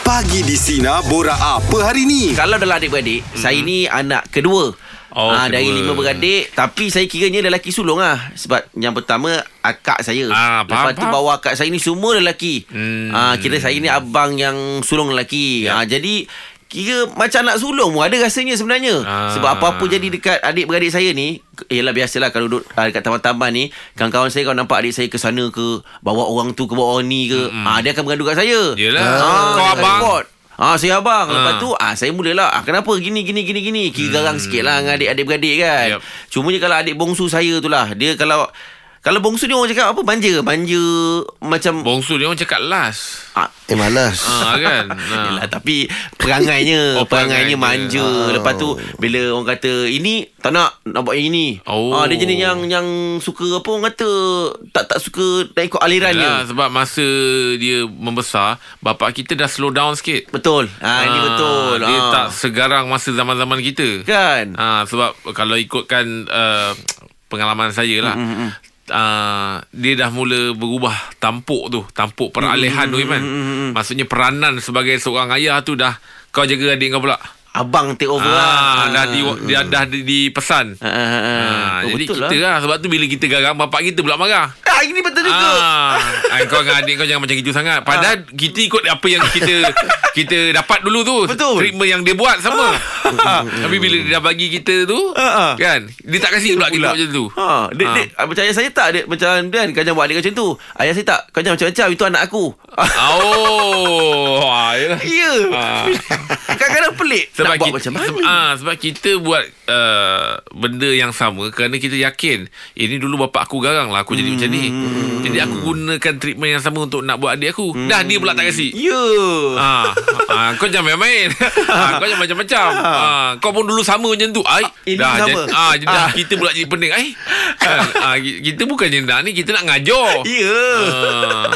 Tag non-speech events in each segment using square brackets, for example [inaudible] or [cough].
Pagi di Sina Bora apa hari ni? Kalau dalam adik-beradik mm-hmm. Saya ni anak kedua Hmm. Oh, Ah, Dari kedua. lima beradik Tapi saya kiranya lelaki sulung lah Sebab yang pertama Akak saya Ah, faham, Lepas tu faham. bawah akak saya ni Semua lelaki Hmm. Ya. ah, Kira saya ni abang yang sulung lelaki ah, Jadi Kira macam anak sulung pun Ada rasanya sebenarnya Ah. Sebab apa-apa jadi dekat Adik-beradik saya ni Yelah biasalah Kalau duduk ah, dekat taman-taman ni Kawan-kawan saya Kalau nampak adik saya ke sana ke Bawa orang tu ke Bawa orang ni ke mm ah, Dia akan bergaduh kat saya Yelah. ah, Kau dia abang. report. Ah saya abang Ah. Lepas tu ah saya mulalah ah, Kenapa gini gini gini gini Kira hmm. garang sikit lah Dengan adik-adik beradik kan Yup. yep. Cuma je kalau adik bongsu saya tu lah Dia kalau Kalau bongsu ni orang cakap apa Banja Banja Macam Bongsu dia orang cakap last. ah, Eh malas. Ha [laughs] kan. Ha. Yelah, tapi perangainya oh, Oh, perangainya perangainya. Ah. manja oh. lepas tu bila orang kata ini tak nak nak buat yang ini Oh. ah, dia jenis yang yang suka apa orang kata tak tak suka tak ikut aliran dia Yelah, sebab masa dia membesar, bapak kita dah slow down sikit. betul ah, ini Ah, betul Dia Ah. tak segarang masa zaman-zaman kita. kan Ha, sebab kalau ikutkan uh, pengalaman saya lah. Mm-hmm. Uh, dia dah mula berubah tampuk tu Tampuk peralihan tu Hmm, Iman Maksudnya peranan sebagai seorang ayah tu dah Kau jaga adik kau pula Abang take over ah, lah. dah, di, dia, dah di, dipesan Ah, ah, ah. Ah, Oh, jadi betul kita lah. Sebab tu bila kita garang Bapak kita pula marah Ah, ini betul Ah. juga. Ah, ah, kau dengan adik kau jangan macam gitu sangat. Padahal kita ikut apa yang kita [laughs] kita dapat dulu tu. Betul. Treatment yang dia buat sama. [laughs] Tapi bila dia dah bagi kita tu, Ah, ah. kan? Dia tak kasih pula kita buat macam tu. Ha, dia, dia, macam ayah saya tak dia, Macam kan Kau jangan buat dia macam tu Ayah saya tak Kau jangan macam-macam Itu anak aku Oh, ah, yelah. Ya Ah. Kadang-kadang pelik Nak buat kita, macam mana Sebab, ah, sebab kita buat uh, benda yang sama kerana kita yakin eh, ini dulu bapak aku garang lah aku jadi macam ni. Hmm. Jadi aku gunakan treatment yang sama untuk nak buat adik aku. Dah dia pula tak kasi. Ya Ah, ah, kau jangan main-main. ah, kau jangan macam-macam. Ah, kau pun dulu sama macam tu. Ai, Ah, Ini dah, sama. Jadi, ah, jadi Ah. dah kita pula jadi pening. Ai. Kan? ah, ki- kita bukannya nak ni, kita nak ngajar. Ya Ah.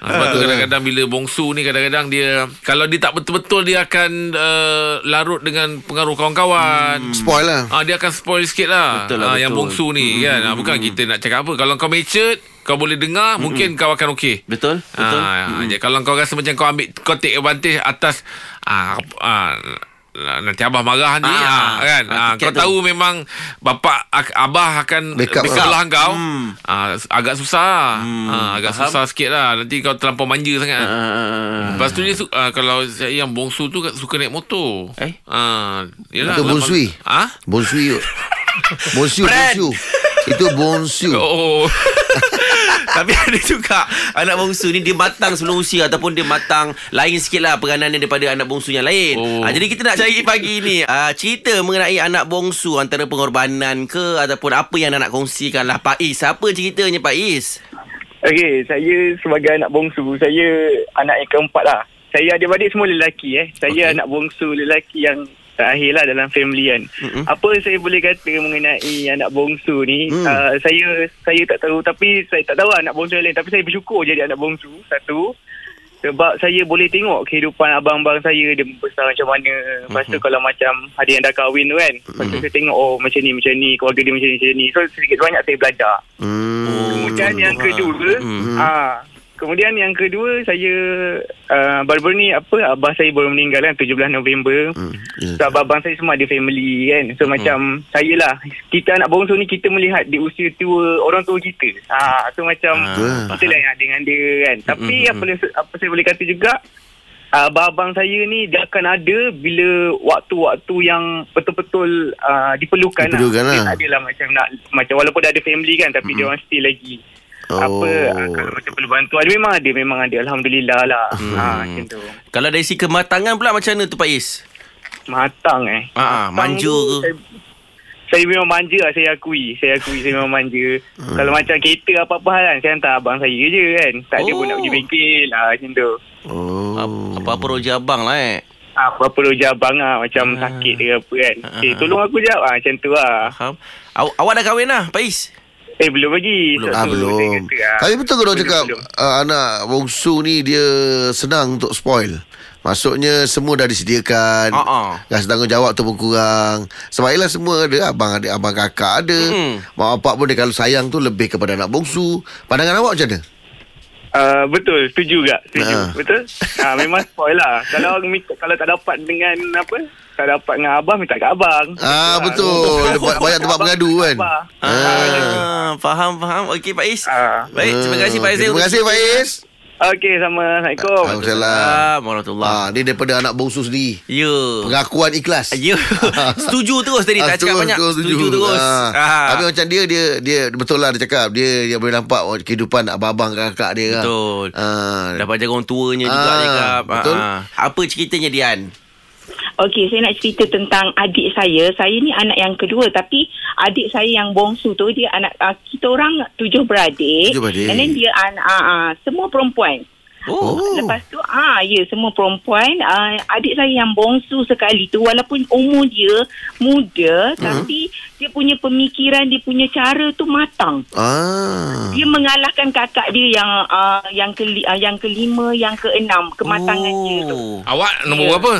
Ah, Sebab tu kadang-kadang bila bongsu ni kadang-kadang dia kalau dia tak betul-betul dia akan uh, larut dengan pengaruh kawan-kawan. Spoil lah. Ah dia akan spoil sikit lah. Hmm. Betul ah lah, yang betul. hmm, bongsu ni kan. Ah, bukan kita nak cakap apa. Kalau kau matured, kau boleh dengar, mungkin kau akan okey. hmm. Betul Betul Hmm, Ah, mm. kalau kau rasa macam kau ambil kau take advantage atas ah, ah nanti abah marah ni Ah, ah, kan ah, ah, kau tiket tu. tahu memang bapak ak- abah akan Backup. backup sebelah kau ah, agak susah ah, agak Hmm. faham. susah sikit lah nanti kau terlampau manja sangat Ah. Lepas tu dia su- ah, kalau saya yang bongsu tu suka naik motor. Eh? Ah, yalah. Motor bonsui? Ah? Bonsui yuk. Bonsiu, Brand. bonsiu. Itu bonsiu. Oh. Hmm. [laughs] Tapi ada juga Anak bongsu ni Dia matang sebelum usia Ataupun dia matang Lain sikit lah Peranannya daripada Anak bongsu yang lain oh. Oh. ha, Jadi kita nak cari pagi ni ha, Cerita mengenai Anak bongsu Antara pengorbanan ke Ataupun apa yang nak kongsikan lah Pak Is Apa ceritanya Pak Is? Okey, saya sebagai anak bongsu, saya anak yang keempat lah. Saya adik-adik semua lelaki eh. Saya okay. anak bongsu lelaki yang terakhir lah dalam family kan. Mm-hmm. Mm-mm. Apa saya boleh kata mengenai anak bongsu ni, Mm. mm. uh, saya saya tak tahu tapi saya tak tahu lah anak bongsu yang lain. Tapi saya bersyukur jadi anak bongsu, satu. Sebab saya boleh tengok kehidupan abang-abang saya dia besar macam mana. Lepas tu kalau macam ada yang dah kahwin tu kan. Lepas tu saya tengok oh macam ni, macam ni. Keluarga dia macam ni, macam ni. So sedikit banyak saya belajar. Hmm. Kemudian yang Ha. kedua, Hmm. ah, kemudian yang kedua saya uh, baru-baru ni apa abah saya baru meninggal kan 17 November. Hmm. Ya. Hmm. So abang-abang saya semua ada family kan. So macam saya lah kita anak bongsu ni kita melihat di usia tua orang tua kita. Ah so macam Ah, Hmm, kita lah yang ada dengan dia kan. Tapi Mm, mm, apa apa saya boleh kata juga ah, abang-abang saya ni dia akan ada bila waktu-waktu yang betul-betul ah, diperlukan, Diperlukan lah. Hmm, Dia tak adalah macam nak macam walaupun dah ada family kan tapi dia orang still lagi Oh. apa ah, kalau macam perlu bantuan dia memang ada memang ada alhamdulillah lah. Hmm. Ah macam tu. Kalau dari si kematangan pula Macam Hmm. mana tu Pak Is? Matang eh. Ah, ah, manja ke? Saya, saya memang manja lah Saya akui Saya akui Saya memang manja hmm. Kalau macam kereta apa-apa hal kan Saya hantar abang saya je kan Tak ada pun Oh. nak pergi bengkel lah Macam tu Oh. Oh. Apa-apa roja abang lah eh Ah. apa perlu je abang lah Macam sakit ke apa kan Eh tolong aku jap ah, Macam tu lah Faham? ah, Aw- awak dah kahwin lah Pak Is? Eh belum lagi Belum. Sebab Ah tu saya belum. kata, ah, Tapi betul ke orang belum, cakap belum. uh, anak bongsu ni dia senang untuk spoil. Maksudnya semua dah disediakan. Ah, ah. Rasa tanggungjawab tu pun kurang. Sebab ialah semua ada abang adik abang kakak ada. Mm-mm. Mak bapak pun dia kalau sayang tu lebih kepada anak bongsu. Pandangan awak macam mana? Uh, betul, setuju juga. Setuju. Ah. Betul? Ah memang spoil lah. [laughs] Kalau minta, kalau tak dapat dengan apa? Tak dapat dengan abang, minta kat abang. Ah lah. betul. [laughs] Ba- Banyak tempat Abang, bergaduh kan. abang. Ah, faham faham. Okey Faiz. Ah. Baik, terima kasih Ah, Faiz. okey, Terima kasih Faiz. Okey, sama. Assalamualaikum. Waalaikumsalam. Waalaikumsalam warahmatullahi. Ah, ni daripada anak bongsu sendiri. Ya. Pengakuan ikhlas. Ah. Ya. Setuju terus tadi tak cakap banyak. Setuju terus. Ah. Ha. Tapi macam dia dia dia betul lah dia cakap dia dia boleh nampak oh, kehidupan abang-abang kakak dia. lah. Betul. Ah. Dapat jaga orang tuanya juga Ah, dia cakap. betul. Ah, ah. Apa ceritanya Dian? Okey, saya nak cerita tentang adik saya. Saya ni anak yang kedua tapi adik saya yang bongsu tu dia anak uh, kita orang tujuh beradik. Tujuh beradik. And then dia anak uh, uh, semua perempuan. Oh. Oh. Lepas tu ah ya semua perempuan uh, adik saya yang bongsu sekali tu walaupun umur dia muda Hmm. tapi dia punya pemikiran dia punya cara tu matang. Ah. Dia mengalahkan kakak dia yang uh, yang keli, uh, yang kelima yang keenam kematangan oh. dia tu. Awak nombor Ya. berapa?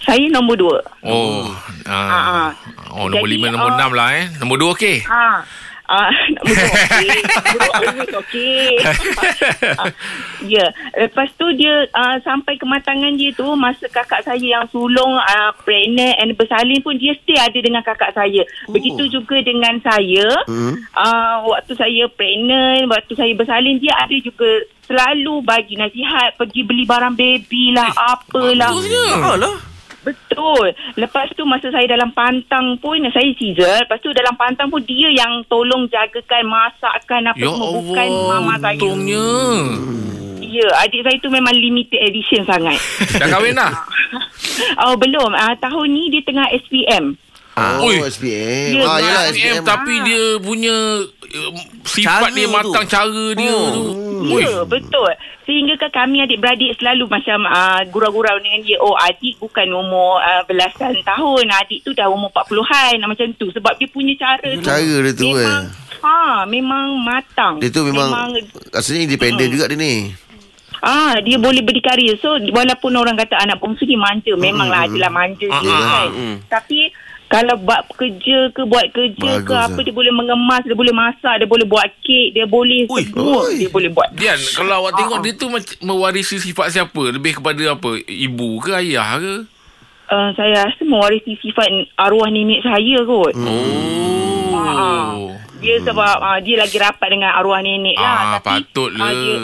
Saya nombor dua. Oh. ah. Ah. Oh, nombor Jadi, lima, nombor ah, enam lah eh. Nombor dua okey. Ah. Ah, nak buruk [laughs] okey. Buruk always okey. ah, ya, lepas tu dia ah, sampai kematangan dia tu masa kakak saya yang sulung ah, pregnant and bersalin pun dia stay ada dengan kakak saya. Oh. Begitu juga dengan saya. Hmm. Ah, waktu saya pregnant, waktu saya bersalin dia ada juga selalu bagi nasihat pergi beli barang baby Eh, lah apalah. Ah, lah. Betul. Lepas tu masa saya dalam pantang pun saya Caesar. Lepas tu dalam pantang pun dia yang tolong jagakan, masakkan apa Ya semua Allah. bukan mama saya. Untungnya. Ya, adik saya tu memang limited edition [laughs] sangat. Dah kahwin dah? oh, belum. Ah, tahun ni dia tengah SPM. Ah, Oh, Ah, Ui. Ya, SPM. ah, dia yalah, SPM, SPM. tapi dia punya uh, sifat Cara dia tu. matang cara dia Oh. tu. Ui. Ya, betul. Sehingga kan kami adik-beradik selalu macam uh, gurau-gurau dengan dia. Oh, adik bukan umur uh, belasan tahun. Adik tu dah umur 40-an. Macam tu. Sebab dia punya cara ah. tu. Cara dia tu, memang, eh. Ha, memang matang. Dia tu memang, rasanya independen juga dia ni. Ah, dia boleh berdikari. So walaupun orang kata anak bongsu ni Hmm. manja, memanglah adalah manja Ah, dia ah, kan. mm. Tapi kalau buat kerja ke buat kerja Bagus ke apa lah. dia boleh mengemas, dia boleh masak, dia boleh buat kek, dia boleh Ui, semua oi. dia boleh buat. Dian, kalau awak tengok dia tu macam mewarisi sifat siapa? Lebih kepada apa? Ibu ke ayah ke? Uh, saya rasa mewarisi sifat arwah nenek saya kot. Hmm. Oh. Dia sebab uh, dia lagi rapat dengan arwah nenek Ah, lah. patutlah. ah, dia,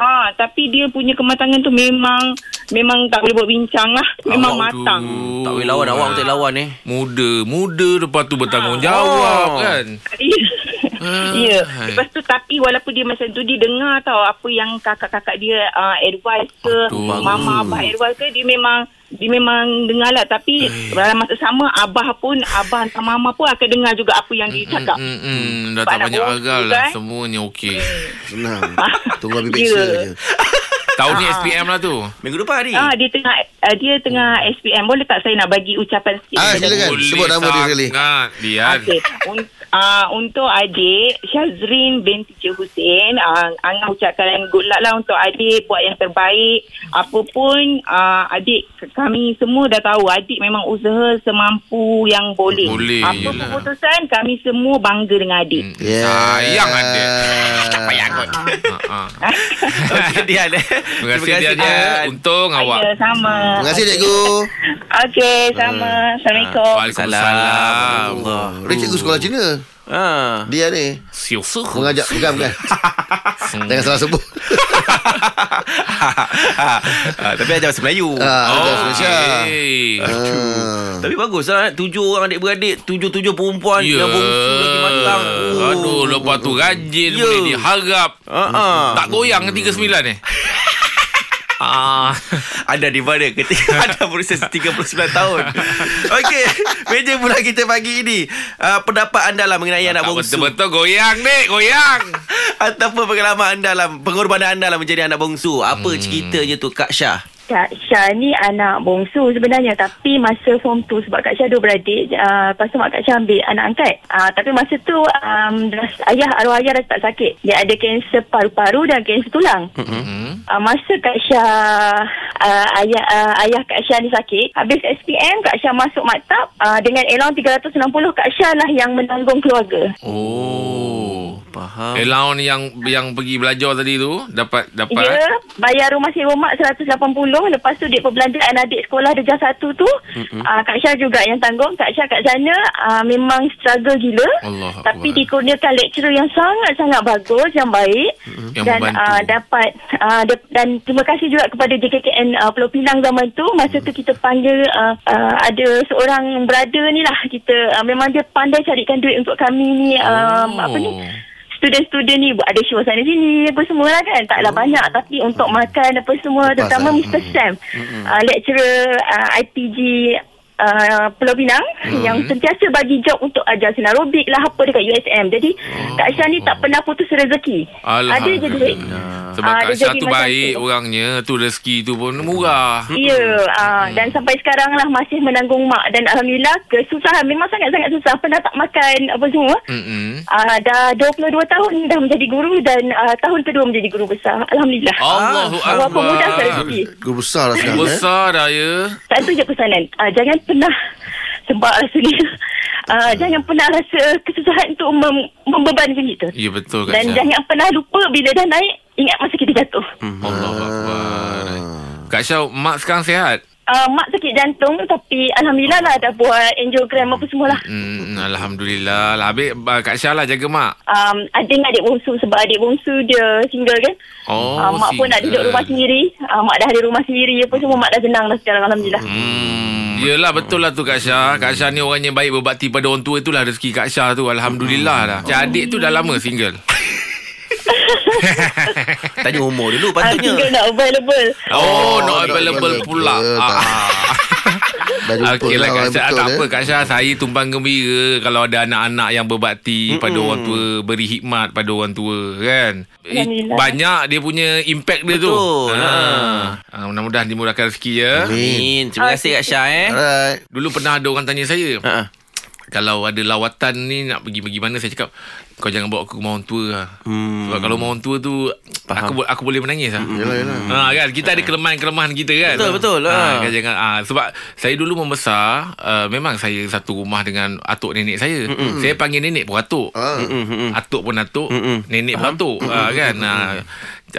ah, tapi dia punya kematangan tu memang memang tak boleh buat bincang lah. Memang Awak matang. dulu. Tak boleh lawan awak, tak boleh lawan eh. Muda, muda lepas tu bertanggungjawab Oh. kan. Ya. Ah. Ya. Lepas tu tapi walaupun dia macam tu dia dengar tau apa yang kakak-kakak dia uh, advice ke Betul. mama abah advice ke dia memang dia memang dengar lah tapi Eh. dalam masa sama abah pun abah dan mama pun akan dengar juga apa yang dia cakap. Mm, mm, Sebab dah tak anak banyak bongsu agal lah kan? semuanya okey. [laughs] Senang. Tunggu habis peksa Ya. je. Tahun ni SPM lah tu. Minggu depan hari. Ah dia tengah uh, dia tengah SPM boleh tak saya nak bagi ucapan sikit? Ah, daripada- silakan. Sebut nama dia sekali. sangat, Dian. Okey. Un- uh, untuk adik Syazrin bin Teacher Hussein, uh, Angah ucapkan good luck lah untuk adik buat yang terbaik. Apa pun uh, adik kami semua dah tahu adik memang usaha semampu yang boleh. Boleh, Apa yelah. keputusan kami semua bangga dengan adik. Mm, Sayang ada. Tak payah kot. Ah, ah. Okey Dian. eh. Terima kasih Dian. ya. Untung awak. Ya, sama. Terima kasih cikgu. [laughs] Okey, sama. Assalamualaikum. lah. Ah, Waalaikumsalam. Allah. Dia cikgu sekolah Cina. Ah. Dia ni Siu suh. mengajak bukan bukan. Jangan salah sebut. [laughs] Ah, tapi ajar bahasa Melayu. Ah, Oh, oh, Malaysia. hey. Ah. Tapi bagus lah Tujuh orang adik-beradik Tujuh-tujuh perempuan Ya. Dah bongsu lagi matang Oh. Aduh, lepas tu rajin Ya. boleh diharap. Ah, ah. Tak goyang ke 39 ni? [laughs] Ah. Anda di [laughs] mana ketika anda berusia 39 tahun Okey Meja pula kita pagi ini uh, Pendapat anda lah mengenai anak tak bongsu Betul-betul goyang, Nek. Goyang. Ataupun pengalaman anda lah Pengorbanan anda lah menjadi anak bongsu Apa hmm. ceritanya tu Kak Syah Kak Syah ni anak bongsu sebenarnya tapi masa form 2 sebab Kak Syah dua beradik uh, lepas tu mak Kak Syah ambil anak angkat uh, tapi masa tu um, dah, ayah arwah ayah dah tak sakit dia ada kanser paru-paru dan kanser tulang Mm-hmm. Hmm. uh, masa Kak Syah uh, ayah, uh, ayah Kak Syah ni sakit habis SPM Kak Syah masuk ah, maktab uh, dengan elang 360 Kak Syah lah yang menanggung keluarga Oh. Faham. Allowance yang yang pergi belajar tadi tu dapat dapat Ya, bayar rumah sewa mak 180 Lepas tu dek perbelanjaan adik sekolah Dejah satu tu uh, Kak Syah juga yang tanggung Kak Syah kat sana uh, memang struggle gila Allah Tapi Akbar. dikurniakan lecturer yang sangat-sangat bagus Yang baik Yang Dan membantu. uh, dapat uh, de- Dan terima kasih juga kepada JKKN uh, Pulau Pinang zaman tu Masa tu kita panggil uh, uh, Ada seorang brother ni lah Kita uh, memang dia pandai carikan duit untuk kami ni um, Apa ni student-student ni buat ada show sana sini apa semua lah kan taklah oh. banyak tapi untuk Hmm. makan apa semua Lepas, lah. terutama eh? Mr. Sam uh, lecturer uh, IPG Uh, Pulau Pinang hmm. yang sentiasa bagi job untuk ajar senarobik lah apa dekat USM. Jadi oh. Kak Syah ni tak pernah putus rezeki. Ada je duit. Sebab Ah, dia Kak Syah jadi tu macam baik tu. orangnya Tu rezeki tu pun murah Ya, uh, Hmm. dan sampai sekarang lah masih menanggung mak dan alhamdulillah kesusahan memang sangat-sangat susah. Pernah tak makan apa semua. Mm-mm. Uh, dah 22 tahun dah menjadi guru dan uh, tahun kedua menjadi guru besar. Alhamdulillah. Ah, Allahu Ah. Allah pemudah saya Akbar rezeki. Guru besar lah sekarang eh. Besar dah ya Satu je pesanan. Uh, jangan pernah sebab rasa ni. Uh, jangan pernah rasa kesusahan untuk mem- membebankan kita. Ya betul Kak Dan Syah jangan pernah lupa bila dah naik, ingat masa kita jatuh. Allahu Akbar Kak Syah mak sekarang sihat Uh, mak sakit jantung tapi Alhamdulillah lah dah buat angiogram apa semua lah. Hmm, Alhamdulillah lah. Habis ah, Kak Syah lah jaga mak Um, ada dengan adik bongsu sebab adik bongsu dia single kan. Oh uh, mak pun nak duduk single. rumah sendiri. Uh, mak dah ada rumah sendiri apa semua. Mak dah senang dah sekarang Alhamdulillah. Hmm. Yelah betul lah tu Kak Syah Kak Syah ni orangnya baik berbakti pada orang tua Itulah rezeki Kak Syah tu Alhamdulillah dah Macam adik tu dah lama [laughs] single Tanya umur dulu Uh, Ah, patutnya. single nak available. Oh, Oh, not not available available. Ya, pula Ah. Tak. [laughs] Dah jumpa Okey lah lah Kak orang Syah betul, Tak eh. apa Kak Syah Saya tumpang gembira Kalau ada anak-anak yang berbakti Pada orang tua Beri khidmat pada orang tua Kan Eh, Alhamdulillah. Banyak dia punya impact dia tu Betul. Ha. Ha, Mudah-mudahan dimurahkan rezeki ya Amin. Terima kasih Kak Syah eh. Alright. Dulu pernah ada orang tanya saya Ha. Kalau ada lawatan ni Nak pergi pergi mana Saya cakap Kau jangan bawa aku rumah orang tua lah hmm. Sebab kalau rumah orang tua tu aku, bo- aku boleh menangis lah Yelah, yelah. Ha kan kita ada kelemahan-kelemahan kita kan. Betul, betul, Ha, ha. kan jangan ha, sebab saya dulu membesar uh, memang saya satu rumah dengan atuk nenek saya. Mm-mm. Saya panggil nenek pun atuk. Ah. Mm-mm. hmm. Atuk pun atuk, Mm-mm. nenek pun atuk ha, kan. Ha,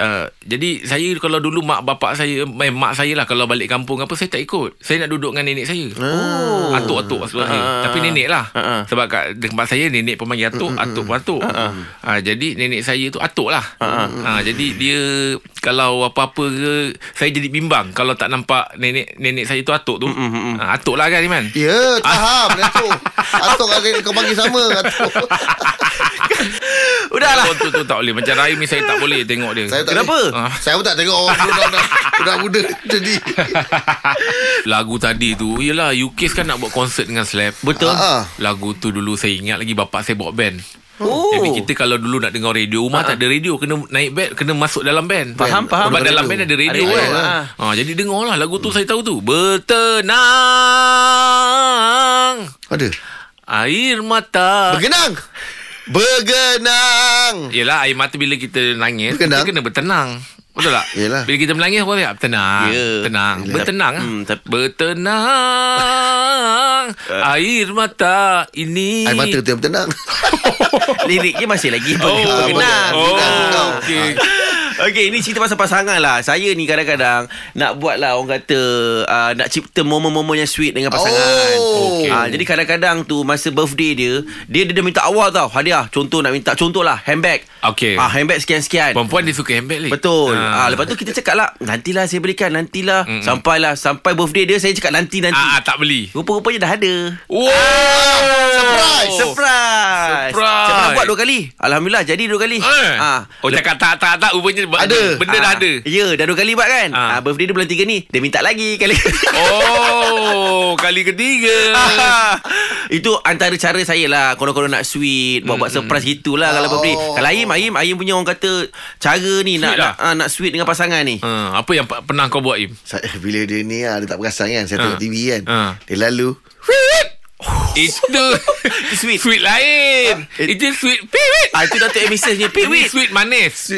uh, jadi saya kalau dulu mak bapak saya eh, mak saya lah kalau balik kampung apa saya tak ikut. Saya nak duduk dengan nenek saya. Oh. Atuk-atuk maksud saya. Ha, ha, Tapi ha. nenek lah. Ha, ha. Sebab kat tempat saya nenek pun panggil atuk, atuk pun atuk. Ha, jadi nenek saya tu atuk lah. Ha, jadi dia kalau apa-apa ke saya jadi bimbang kalau tak nampak nenek nenek saya tu atuk tu. Ha, atuk lah kan Iman. Ya, [laughs] faham dah tu. Atok adik kau panggil [laughs] sama Atok. Udahlah. Oh, tu, tu tak boleh Macam Rahim ni saya tak boleh tengok dia Saya tak Kenapa? Ah. Saya pun tak tengok orang budak-budak budak-budak jadi. [laughs] Lagu tadi tu Yelah UKIS kan nak buat konsert dengan Slap Betul. Ah, ah. Lagu tu dulu saya ingat lagi Bapak saya bawa band Oh. Ha, Tapi kita kalau dulu nak dengar radio Rumah tak ada radio Kena naik band Kena masuk dalam band Faham, faham. Sebab Ada dalam band radio. ada radio Ada kan radio, ha. Jadi dengar lah Lagu tu saya tahu tu Bertenang Ada. Air mata Bergenang. Bergenang. Yelah air mata bila kita nangis Berkenang. Kita kena bertenang Betul tak? Yelah. Bila kita menangis Orang cakap tenang Ya. Tenang Yelah. Bertenang Hmm, hmm, tapi- Bertenang Air mata ini Air mata tu yang bertenang. Liriknya masih lagi Oh, Boleh berkenang. oh, Berkenang. okey. Okey, ini cerita pasal pasangan lah. Saya ni kadang-kadang nak buat lah orang kata uh, nak cipta momen-momen yang sweet dengan pasangan. Oh. Okay. jadi kadang-kadang tu masa birthday dia, dia dia dah minta awal tau hadiah. Contoh nak minta contoh lah handbag. Okey. Ah handbag sekian-sekian. Perempuan dia suka handbag Lik. Betul. Ah. lepas tu kita cakap lah nantilah saya belikan nantilah Mm-mm. Mm-mm. sampailah sampai birthday dia saya cakap nanti nanti. ah, ah, tak beli Oh, Rupa-rupanya dah ada. Wow Ah, Oh. surprise, Surprise. Surprise. Saya pernah buat dua kali. Alhamdulillah jadi dua kali. Eh. Ah. Oh cakap tak tak tak Rupanya Ada. Benda dah ada Ya, dah dua kali buat kan? Ah. Ah. birthday dia bulan tiga ni, dia minta lagi kali. [laughs] Oh Kali ketiga Ah. [laughs] Itu antara cara saya lah Korang-korang nak sweet Buat-buat Hmm. surprise gitulah Kalau Oh. birthday Kalau Aim Aim Aim punya orang kata Cara ni nak lah. nak, ah, nak sweet dengan pasangan ni Ah, Apa yang pa- pernah kau buat Im? Saya bila dia ni ah, dia tak perasan kan. Ah. Saya tengok TV kan. Ah. Dia lalu. Itu Sweet. Sweet lain it- Itu sweet Piwit ah, Itu Dato' Emissus punya Ini Piwit sweet manis Si-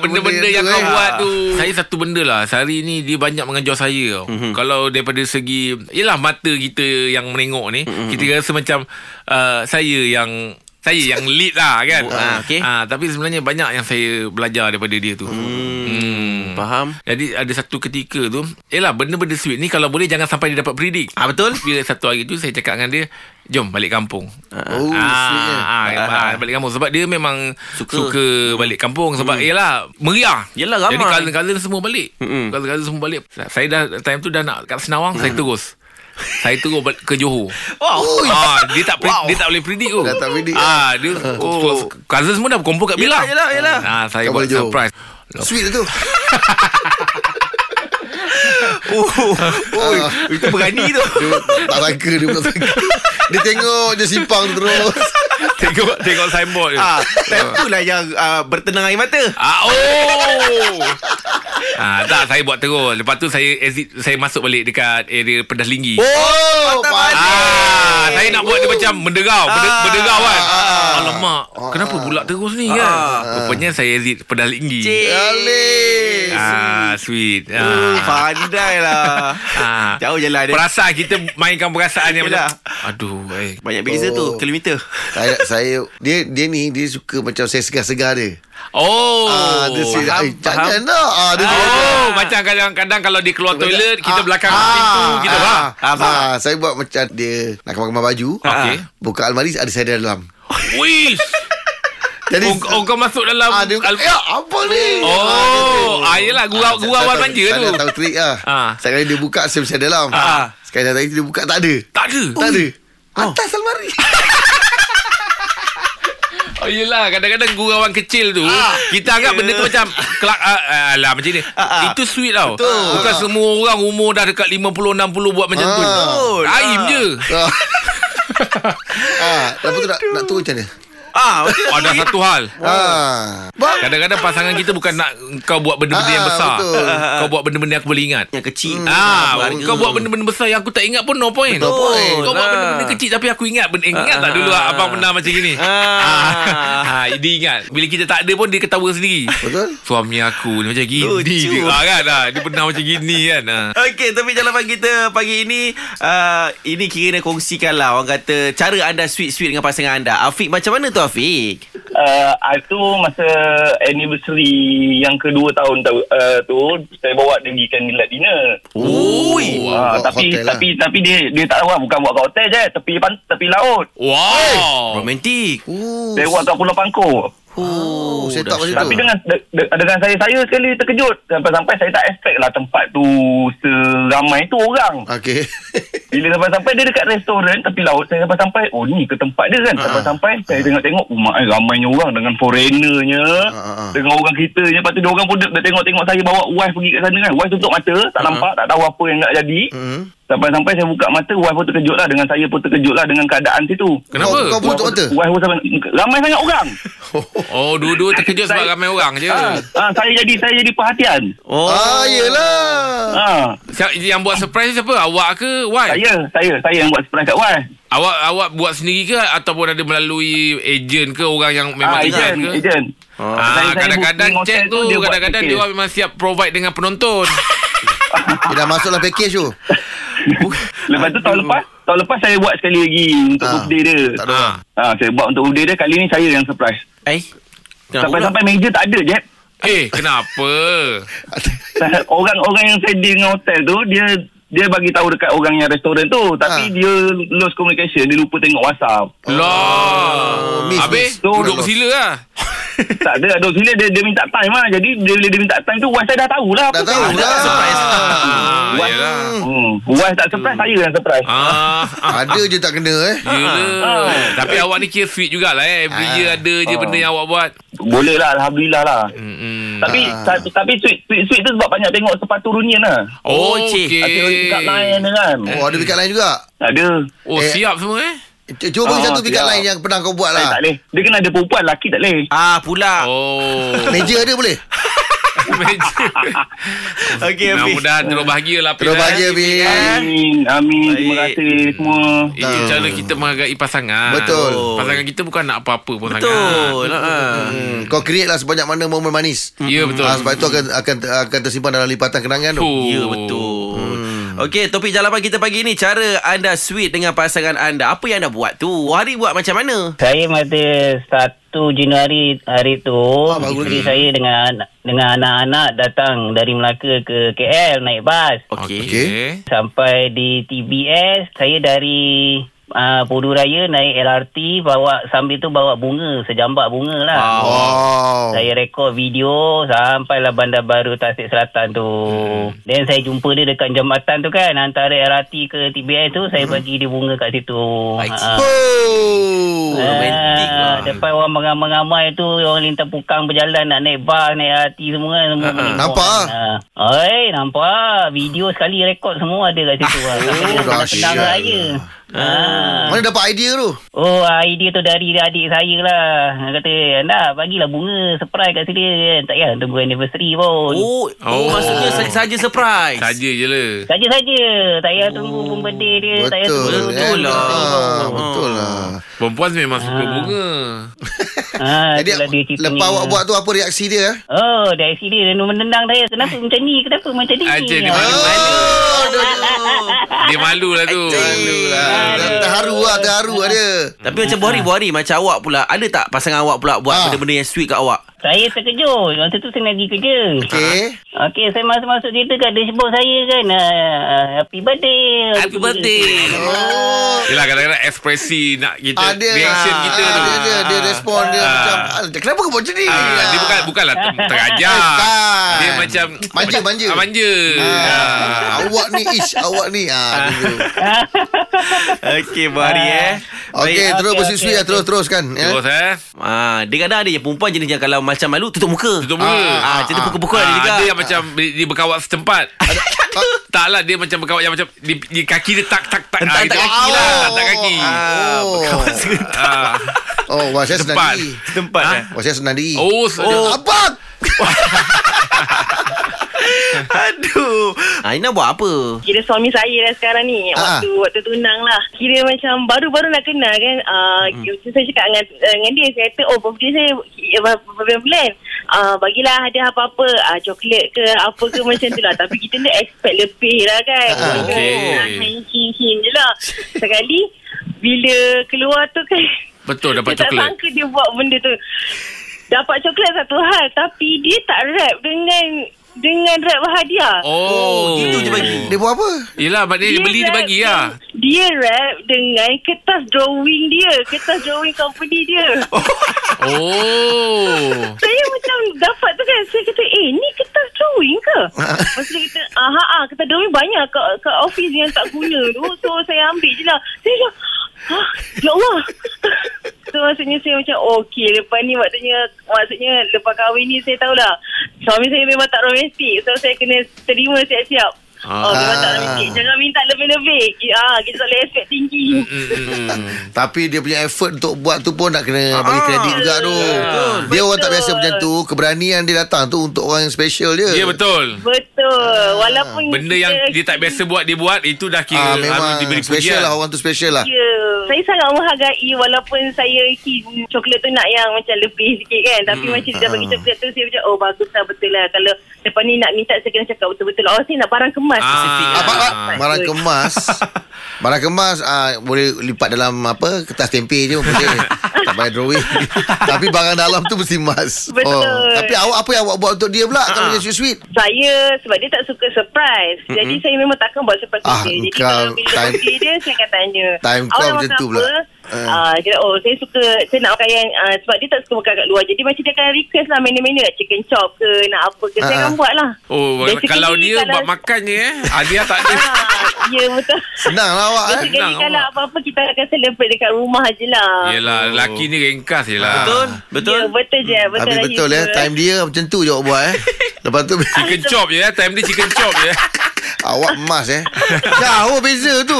Ah, benda-benda yang kau eh. buat tu Saya satu benda lah Sehari ni dia banyak mengajar saya tau Mhm. mm-hmm. Kalau daripada Mhm. segi Yelah mata kita yang menengok ni mm-hmm. Kita rasa macam uh, Saya yang Saya yang lead lah kan Bu- ah, okey. Ah, Tapi sebenarnya banyak yang saya belajar daripada dia tu hmm. Faham? Jadi ada satu ketika tu Yelah benda-benda sweet ni Kalau boleh jangan sampai dia dapat predict Ah betul? Bila satu hari tu Saya cakap dengan dia Jom balik kampung Ah, Oh, sweetnya. ah, ah, balik kampung sebab dia memang Suka. suka, suka balik kampung sebab hmm. yelah meriah. Yelah, ramai. Jadi cousin-cousin semua balik. Hmm. Mm-mm. Cousin-cousin semua balik. Saya dah time tu dah nak kat Senawang, saya terus. Saya terus balik ke Johor. Wow. Ah, dia tak pre- wow. Wow. dia tak boleh predict tu. Dah tak predict. Ah, dia oh. cousin semua dah berkumpul kat Yelah, bilang. yelah, yelah. Ah, saya Kat buat Johor. surprise. Sweet tu. Oi, itu berani tu. Ah. [laughs] Dia tak sangka dia pun tak sangka. Dia tengok je simpang terus. tengok tengok signboard je. Ah, time tu lah yang ah, bertenang air mata. Ah, oh. [laughs] ah, tak saya buat terus. Lepas tu saya exit saya masuk balik dekat area Pedas Linggi. Oh, patah patah. Ah, saya nak buat dia macam menderau, Ah. ah. menderau kan. Ah. Alamak, kenapa pula terus ni Ya. kan? Rupanya saya exit pedas linggi. Cik. Alis. Uh, Ah, sweet. Ah, Ah. pandai lah. [laughs] Ah. Jauh je lah dia. Perasaan kita mainkan perasaan yang Yelah. macam aduh eh. Banyak beza tu Oh. kilometer. Saya, saya dia dia ni dia suka macam saya segar-segar dia. Oh, Ah, dia si faham, eh, faham. jangan lah. Ah, dia suka macam- Oh, macam kadang-kadang kalau dia keluar toilet, kita Ah, belakang ah, pintu kita ah, faham. ah, ah, saya buat macam dia nak kemar-kemar baju. Okey. Buka almari ada saya dalam. Wish. [laughs] Jadi Oh, oh, kau masuk dalam ah, dia, al- eh, apa ni? Oh, ah, yelah gurau gurau awal manja Saya dah tu. tahu trik lah. Ah. Sekali dia buka, saya mesti ada dalam. Ah. Sekali dah tadi dia buka, tak ada. Tak ada. Tak ada. Atas almari. [laughs] Oh yelah Kadang-kadang gurauan kecil tu ah, Kita anggap benda tu macam kelak, ah, Alah macam ni ah. Itu sweet tau Betul. Bukan Ah. semua orang Umur dah dekat 50-60 Buat macam tu Ah. Betul. Aim Ah. je [laughs] ah, Ah, lepas tu nak, nak turun macam mana? Ah, macam Oh, Ada satu hal Ah. Bang. Kadang-kadang pasangan kita Bukan nak Kau buat benda-benda Ah, yang besar betul. Kau buat benda-benda yang aku boleh ingat yang kecil. Ah, berharga. kau buat benda-benda besar yang aku tak ingat pun no point. No point. Kau buat Ah. benda-benda kecil tapi aku ingat benda ingat tak dulu Ah. abang pernah macam gini. Ah. Ah. ah, dia ingat. Bila kita tak ada pun dia ketawa sendiri. Betul. Suami aku ni macam gini Lucu. dia ah, kan. Ah, dia pernah macam gini kan. Ah. Okey, tapi jalan kita pagi ini uh, Ini kira kongsikan lah Orang kata Cara anda sweet-sweet dengan pasangan anda Afiq, macam mana tu Afiq? uh, itu masa anniversary yang kedua tahun tu, uh, tu saya bawa dia pergi candlelight dinner. Ui Ah, Wah, buat tapi hotel lah. tapi tapi dia dia tak tahu lah, bukan buat kat hotel je, tepi pan, tepi laut. Eh, Wow. Romantik Oh, Saya buat kat Pulau Pangkor. oh, saya tak macam Tapi tu. dengan de, de, dengan saya saya sekali terkejut sampai-sampai saya tak expect lah tempat tu seramai tu orang. Okey. [laughs] Bila sampai-sampai dia dekat restoran tepi laut saya sampai-sampai oh ni ke tempat dia kan Ah. sampai-sampai saya tengok-tengok oh mak eh, ramainya orang dengan foreignernya Ah, ah, ah. dengan orang kita je lepas tu dia orang pun dia, dia tengok-tengok saya bawa wife pergi kat sana kan wife tutup mata tak Ah. nampak tak tahu apa yang nak jadi Hmm. sampai-sampai saya buka mata wife pun terkejut lah dengan saya pun terkejut lah dengan keadaan situ Kenapa? Kau, kau Wife butuh pun- mata? wife pun sampai ramai sangat orang Oh, dua-dua terkejut sebab Saya- ramai orang je. ah, ah, saya jadi saya jadi perhatian Oh Ah, yelah. ah, Siap- Yang buat surprise ni siapa? Awak ke wife? saya saya saya yang buat surprise kat wife Awak awak buat sendiri ke ataupun ada melalui ejen ke orang yang memang ah, kenal ejen ke? ejen Ah, kadang-kadang booking chat hotel tu buat kadang-kadang dia package. orang memang siap provide dengan penonton. Eh, dah masuklah package tu. Lepas tu tahun lepas Tahun lepas saya buat sekali lagi Untuk Ah, ha, birthday dia tak ada ha. ha, Saya buat untuk birthday dia Kali ni saya yang surprise Eh Kenapa pula? Sampai-sampai meja tak ada je Eh, kenapa? [laughs] Orang-orang yang saya deal dengan hotel tu Dia dia bagi tahu dekat orang yang restoran tu Tapi Ah. dia lost communication Dia lupa tengok WhatsApp Oh, Lah. miss, Habis miss. duduk Miss. bersila lah. Tak ada Ada sila dia, dia minta time lah Jadi dia, bila dia minta time tu Wife saya dah tahulah Dah tahu saya- lah. surprise. Ah, Wah. yalah. hmm, Wife tak surprise Saya yang surprise Ah, ah. Ada je tak kena eh. Yelah. Tapi awak ni kira sweet jugalah eh. Every Ah. year ada je Ah. benda yang awak buat. Boleh lah Alhamdulillah lah Mm-mm. Tapi Ah. tapi, tapi sweet, sweet, sweet tu sebab banyak tengok sepatu runian lah Oh, cik. Okey. Ada dekat lain kan Oh, ada pick lain juga. Ada Oh, Eh. siap semua eh. C- Cuba bagi Oh, satu pick siap. lain yang pernah kau buat Saya Eh, tak lah. boleh. Dia kena ada perempuan, laki tak boleh. Ah, pula Oh. Meja dia boleh? Meja. Okey Afiq Mudah-mudahan terus bahagia lah. Terus bahagia, Bil. Amin, amin. Terima Baik. kasih semua. Itu Betul. cara kita menghargai pasangan. Ah. Betul. Pasangan kita bukan nak apa-apa pun sangat. Betul ah. Hmm, kau create lah sebanyak mana momen manis. Ya, betul. Ah, sebab itu akan akan akan tersimpan dalam lipatan kenangan tu. Oh. Ya betul. Okey, topik jalapan kita pagi ni cara anda sweet dengan pasangan anda. Apa yang anda buat tu? Wahari buat macam mana? Saya masa 1 Januari hari tu Ah, baru isteri lagi. Mm-hmm. saya dengan dengan anak-anak datang dari Melaka ke KL naik bas Okey. Okay. Okey. Okey. sampai di TBS saya dari uh, Pudu Raya naik LRT bawa sambil tu bawa bunga sejambak bunga lah Wow. Wow. Saya rekod video sampailah bandar baru Tasik Selatan tu. Hmm. Then saya jumpa dia dekat jambatan tu kan antara LRT ke TBI tu saya bagi dia bunga kat situ. I see. Ha. Oh. Ah, romantik lah. Depan orang mengamai-ngamai tu Orang lintas pukang berjalan Nak naik bas Naik hati semua kan semua uh, Nampak ah? uh. Oi nampak Video sekali rekod semua ada kat situ ah. [laughs] oh, dahsyat. Petang raya Ah. Mana dapat idea tu? Oh, idea tu dari adik saya lah. Dia kata, nak bagilah bunga surprise kat sini kan. Tak payah tunggu anniversary pun. Oh. Oh, oh, Oh. maksudnya saja, saja surprise. Saja je lah. Saja-saja. Tak payah tunggu oh. birthday dia. Tak payah tunggu. Betul. Betul eh. lah. Ah, Betul lah. Perempuan memang suka bunga. Ha, Jadi itulah dia cerita lepas ni. awak buat tu apa reaksi dia? eh? Oh, dari sini dia menendang saya. Kenapa macam ni? Kenapa macam ni? Ah, jadi Ah. malu. Oh, aduh, aduh. Dia malu lah tu. Malu lah. Dah Terharu lah, terharu lah dia. Tapi macam buhari-buhari macam awak pula. Ada tak pasangan awak pula buat Ah. benda-benda yang sweet kat awak? Saya terkejut. Waktu tu saya lagi kerja. Okey. Okey, saya masuk-masuk cerita kat dashboard saya kan. Uh, happy birthday. Happy birthday. Oh. Yelah kadang-kadang ekspresi nak kita Ada reaction lah. kita tu. Dia, dia, dia respon dia Ah. macam, "Ah, kenapa kau buat macam ni? Ah, dia bukan bukanlah [laughs] ter- terajar. Bukan. Dia macam [laughs] Manja, manja. Ah, manja. Ah. Ah, awak ni ish, awak ni. Ah, dia [laughs] tu. Okey, buhari eh. Ah. Okey, terus okey, bersisui okey, lah. Terus, teruskan. ya. Terus eh. Ah, dia kadang ada je perempuan jenis yang kalau macam malu tutup muka. Tutup muka. Ah, macam tu pukul-pukul ada Ah, juga. ada yang [laughs] macam dia dia berkawat [laughs] setempat. Tak- tak lah dia macam berkawat yang macam di, di kaki dia tak tak tak. Hentak- Ah, hentak itu- kaki lah. Ah, Hentak kaki. Ah, Oh. berkawan serentak. Ah. [laughs] Oh, wah, saya senang Depan. diri. Tempat eh. Wah, saya senang diri. Oh, oh. Abang! Aduh. Aina Ah, buat apa? Kira suami saya lah sekarang ni Ah. Waktu waktu tunang lah Kira macam baru-baru nak kenal kan uh, hmm. Saya cakap dengan, uh, dengan dia Saya kata oh birthday saya eh, Berapa bulan uh, Bagilah hadiah apa-apa uh, Coklat ke apa ke macam tu lah Tapi kita nak expect lebih lah kan Ah, okey. Hint-hint je lah Sekali Bila keluar tu kan Betul dapat Saya tak coklat. sangka dia buat benda tu Dapat coklat satu hal Tapi dia tak rap dengan Dengan rap hadiah Oh. Itu je bagi. Dia buat apa? Yelah maknanya dia beli dia rap bagi lah. dengan- Dia rap dengan kertas drawing dia, kertas drawing company dia. Oh. [laughs] Saya macam dapat tu kan, saya kata, "Eh, ni kertas drawing [laughs] ke?" Lepas tu dia kata, "Ah, ha, ah, kertas drawing banyak kat kat office yang tak guna tu." So saya ambil je lah. Saya macam, "Hah, ya Allah." [laughs] So maksudnya saya macam Okey lepas ni waktunya Maksudnya lepas kahwin ni Saya tahulah Suami saya memang tak romantik So saya kena terima siap-siap Ah. Oh memang tak romantik Jangan minta lebih-lebih ah, Kita tak boleh expect tinggi Eh. Tapi dia punya effort untuk buat tu pun nak kena bagi kredit juga tu. Dia orang tak biasa macam tu. Keberanian dia datang tu untuk orang yang special je. Ya betul. Ah. Betul Walaupun Benda yang kita- dia tak biasa buat dia buat itu dah Ah, kira harus memang diberi special pujian. lah orang tu special lah. Ya Saya sangat menghargai Walaupun saya hint Coklat tu nak yang Macam lebih sikit kan Tapi Hmm, macam ha. dia dah bagi coklat tu Saya macam Oh bagus lah betul lah Kalau lepas ni nak minta Saya kena cakap betul-betul Oh saya nak barang kemas Ah. Specific lah. Apa, apa? Betul. Barang [laughs] kemas. Barang kemas ah, boleh lipat dalam apa kertas tempe je pun boleh. [laughs] tak payah drawing. Tapi barang dalam tu mesti emas. Oh. Betul. Tapi awak apa yang awak buat untuk dia pula kan, Ah. kalau dia sweet-sweet? Ah. Saya sebab dia tak suka surprise. Mm-hmm. Jadi saya memang takkan buat surprise Ah, dia. Jadi engkau- kalau bila time- birthday dia saya akan tanya. Time "Awak kau nak macam makan tu pula." apa?" Ah, Ah. dia kata, oh saya suka saya nak makan yang ah, sebab dia tak suka makan kat luar. Jadi macam dia akan request lah menu-menu nak chicken chop ke nak apa ke saya Ah, akan ah. buat lah. Oh, Basically, kalau dia kalau- buat makannya eh, hadiah tak ada. Ah, ya betul. Senang lah awak eh. Basically Senang kalau awak. apa-apa kita akan celebrate dekat rumah je lah. Yelah, lelaki ni ringkas je lah. Betul? Ya, Betul? Ya, betul je. Betul lah, Tapi Ah. betul Syukur. eh [laughs] Time dia macam tu je awak buat [laughs] eh Lepas tu Chicken chop je eh. Time dia chicken chop je. Awak emas [laughs] eh Jauh beza tu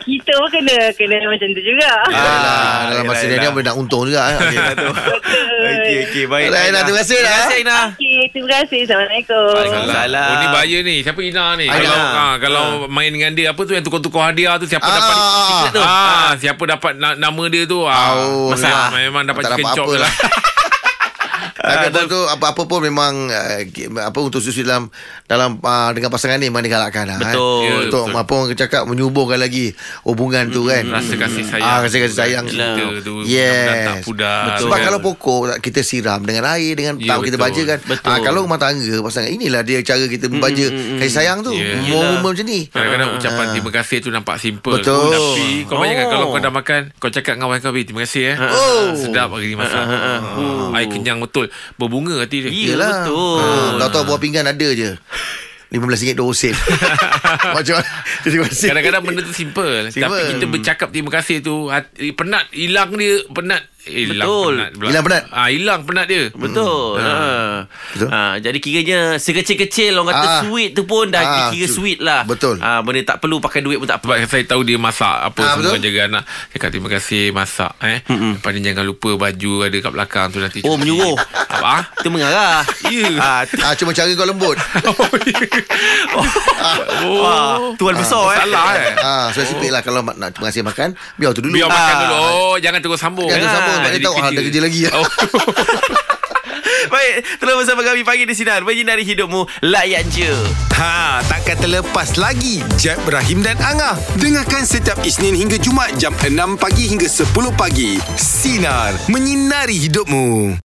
Kita pun kena kena macam tu juga. Ah, Ah, Yalah, Dalam masa dia ni yelah, yelah. boleh nak untung juga [laughs] Ya eh okay. Okey, okey. Baik. Baiklah, Aina. Terima kasih, Terima Aina. kasih, Aina. Okey, terima kasih. Assalamualaikum. Waalaikumsalam. Oh, ni bahaya ni. Siapa Ina ni? Aina. Kalau ha, kalau Ah. main dengan dia apa tu yang tukar-tukar hadiah tu siapa Ah, dapat ah, ah. secret tu? Ah, siapa dapat na- nama dia tu? Ah, Oh, masalah. memang. Memang dapat Tak chicken dapat chop apa je lah. lah. Tapi apa tu apa-apa pun memang uh, apa untuk susu dalam dalam uh, dengan pasangan ni memang digalakkan lah, Eh. Betul. Ya, Untuk betul. Hmm, apa orang cakap menyuburkan lagi hubungan tu kan. Rasa kasih sayang. Ah, rasa kasih sayang. Kita tu datang Yes. pudar. Sebab kalau pokok kita siram dengan air dengan Ya, yeah, kita betul. Hmm, baja kan. Betul. Ah, kalau rumah tangga pasangan inilah dia cara kita membaja kasih sayang tu. Ya. Yeah. Umum macam ni. Kadang-kadang ucapan Ah. terima kasih tu nampak simple Betul. Tapi kau Oh. bayangkan kalau kau dah makan Kau cakap dengan wife kau "Babe, Terima kasih eh Oh. Sedap hari ni masak Oh. Air kenyang betul Berbunga hati dia Ya, betul. Ha, Ah, tahu-tahu buah pinggan ada je. [laughs] RM15 20 [laughs] sen. Macam mana? [laughs] Terima kasih. Kadang-kadang benda tu simple, Simple. Tapi kita bercakap terima kasih tu hati, Penat Hilang dia Penat eh, hilang Betul. penat pula. Hilang penat. ah, Hilang penat dia Hmm. Betul. Ha. Betul. Ha. jadi kiranya sekecil-kecil orang kata Ah. sweet tu pun dah Ah, dikira tu- sweet lah. betul. Ha, benda tak perlu pakai duit pun tak Sebab saya tahu dia masak apa Ah, ha, semua betul. jaga anak. Cakap terima kasih masak eh. Mm-mm. Lepas ni jangan lupa baju ada kat belakang tu nanti. Ah. Oh, menyuruh. Apa? Kita mengarah. Ya. Oh, Ah, tu- Ah, cuma cara kau lembut. Wah, Ah. tuan besar eh. Salah eh. Ah, saya sipit lah kalau mak- nak terima kasih makan, biar tu dulu. Biar makan Ah. dulu. Oh, jangan terus sambung. Jangan terus sambung, sebab dia Jadi tahu ah, ada kerja lagi. Oh. Baik, terus bersama kami pagi di sinar. Menyinari hidupmu, layan je. Ha, takkan terlepas lagi Jeb, Ibrahim dan Angah. Dengarkan setiap Isnin hingga Jumat jam 6 pagi hingga 10 pagi. Sinar, menyinari hidupmu.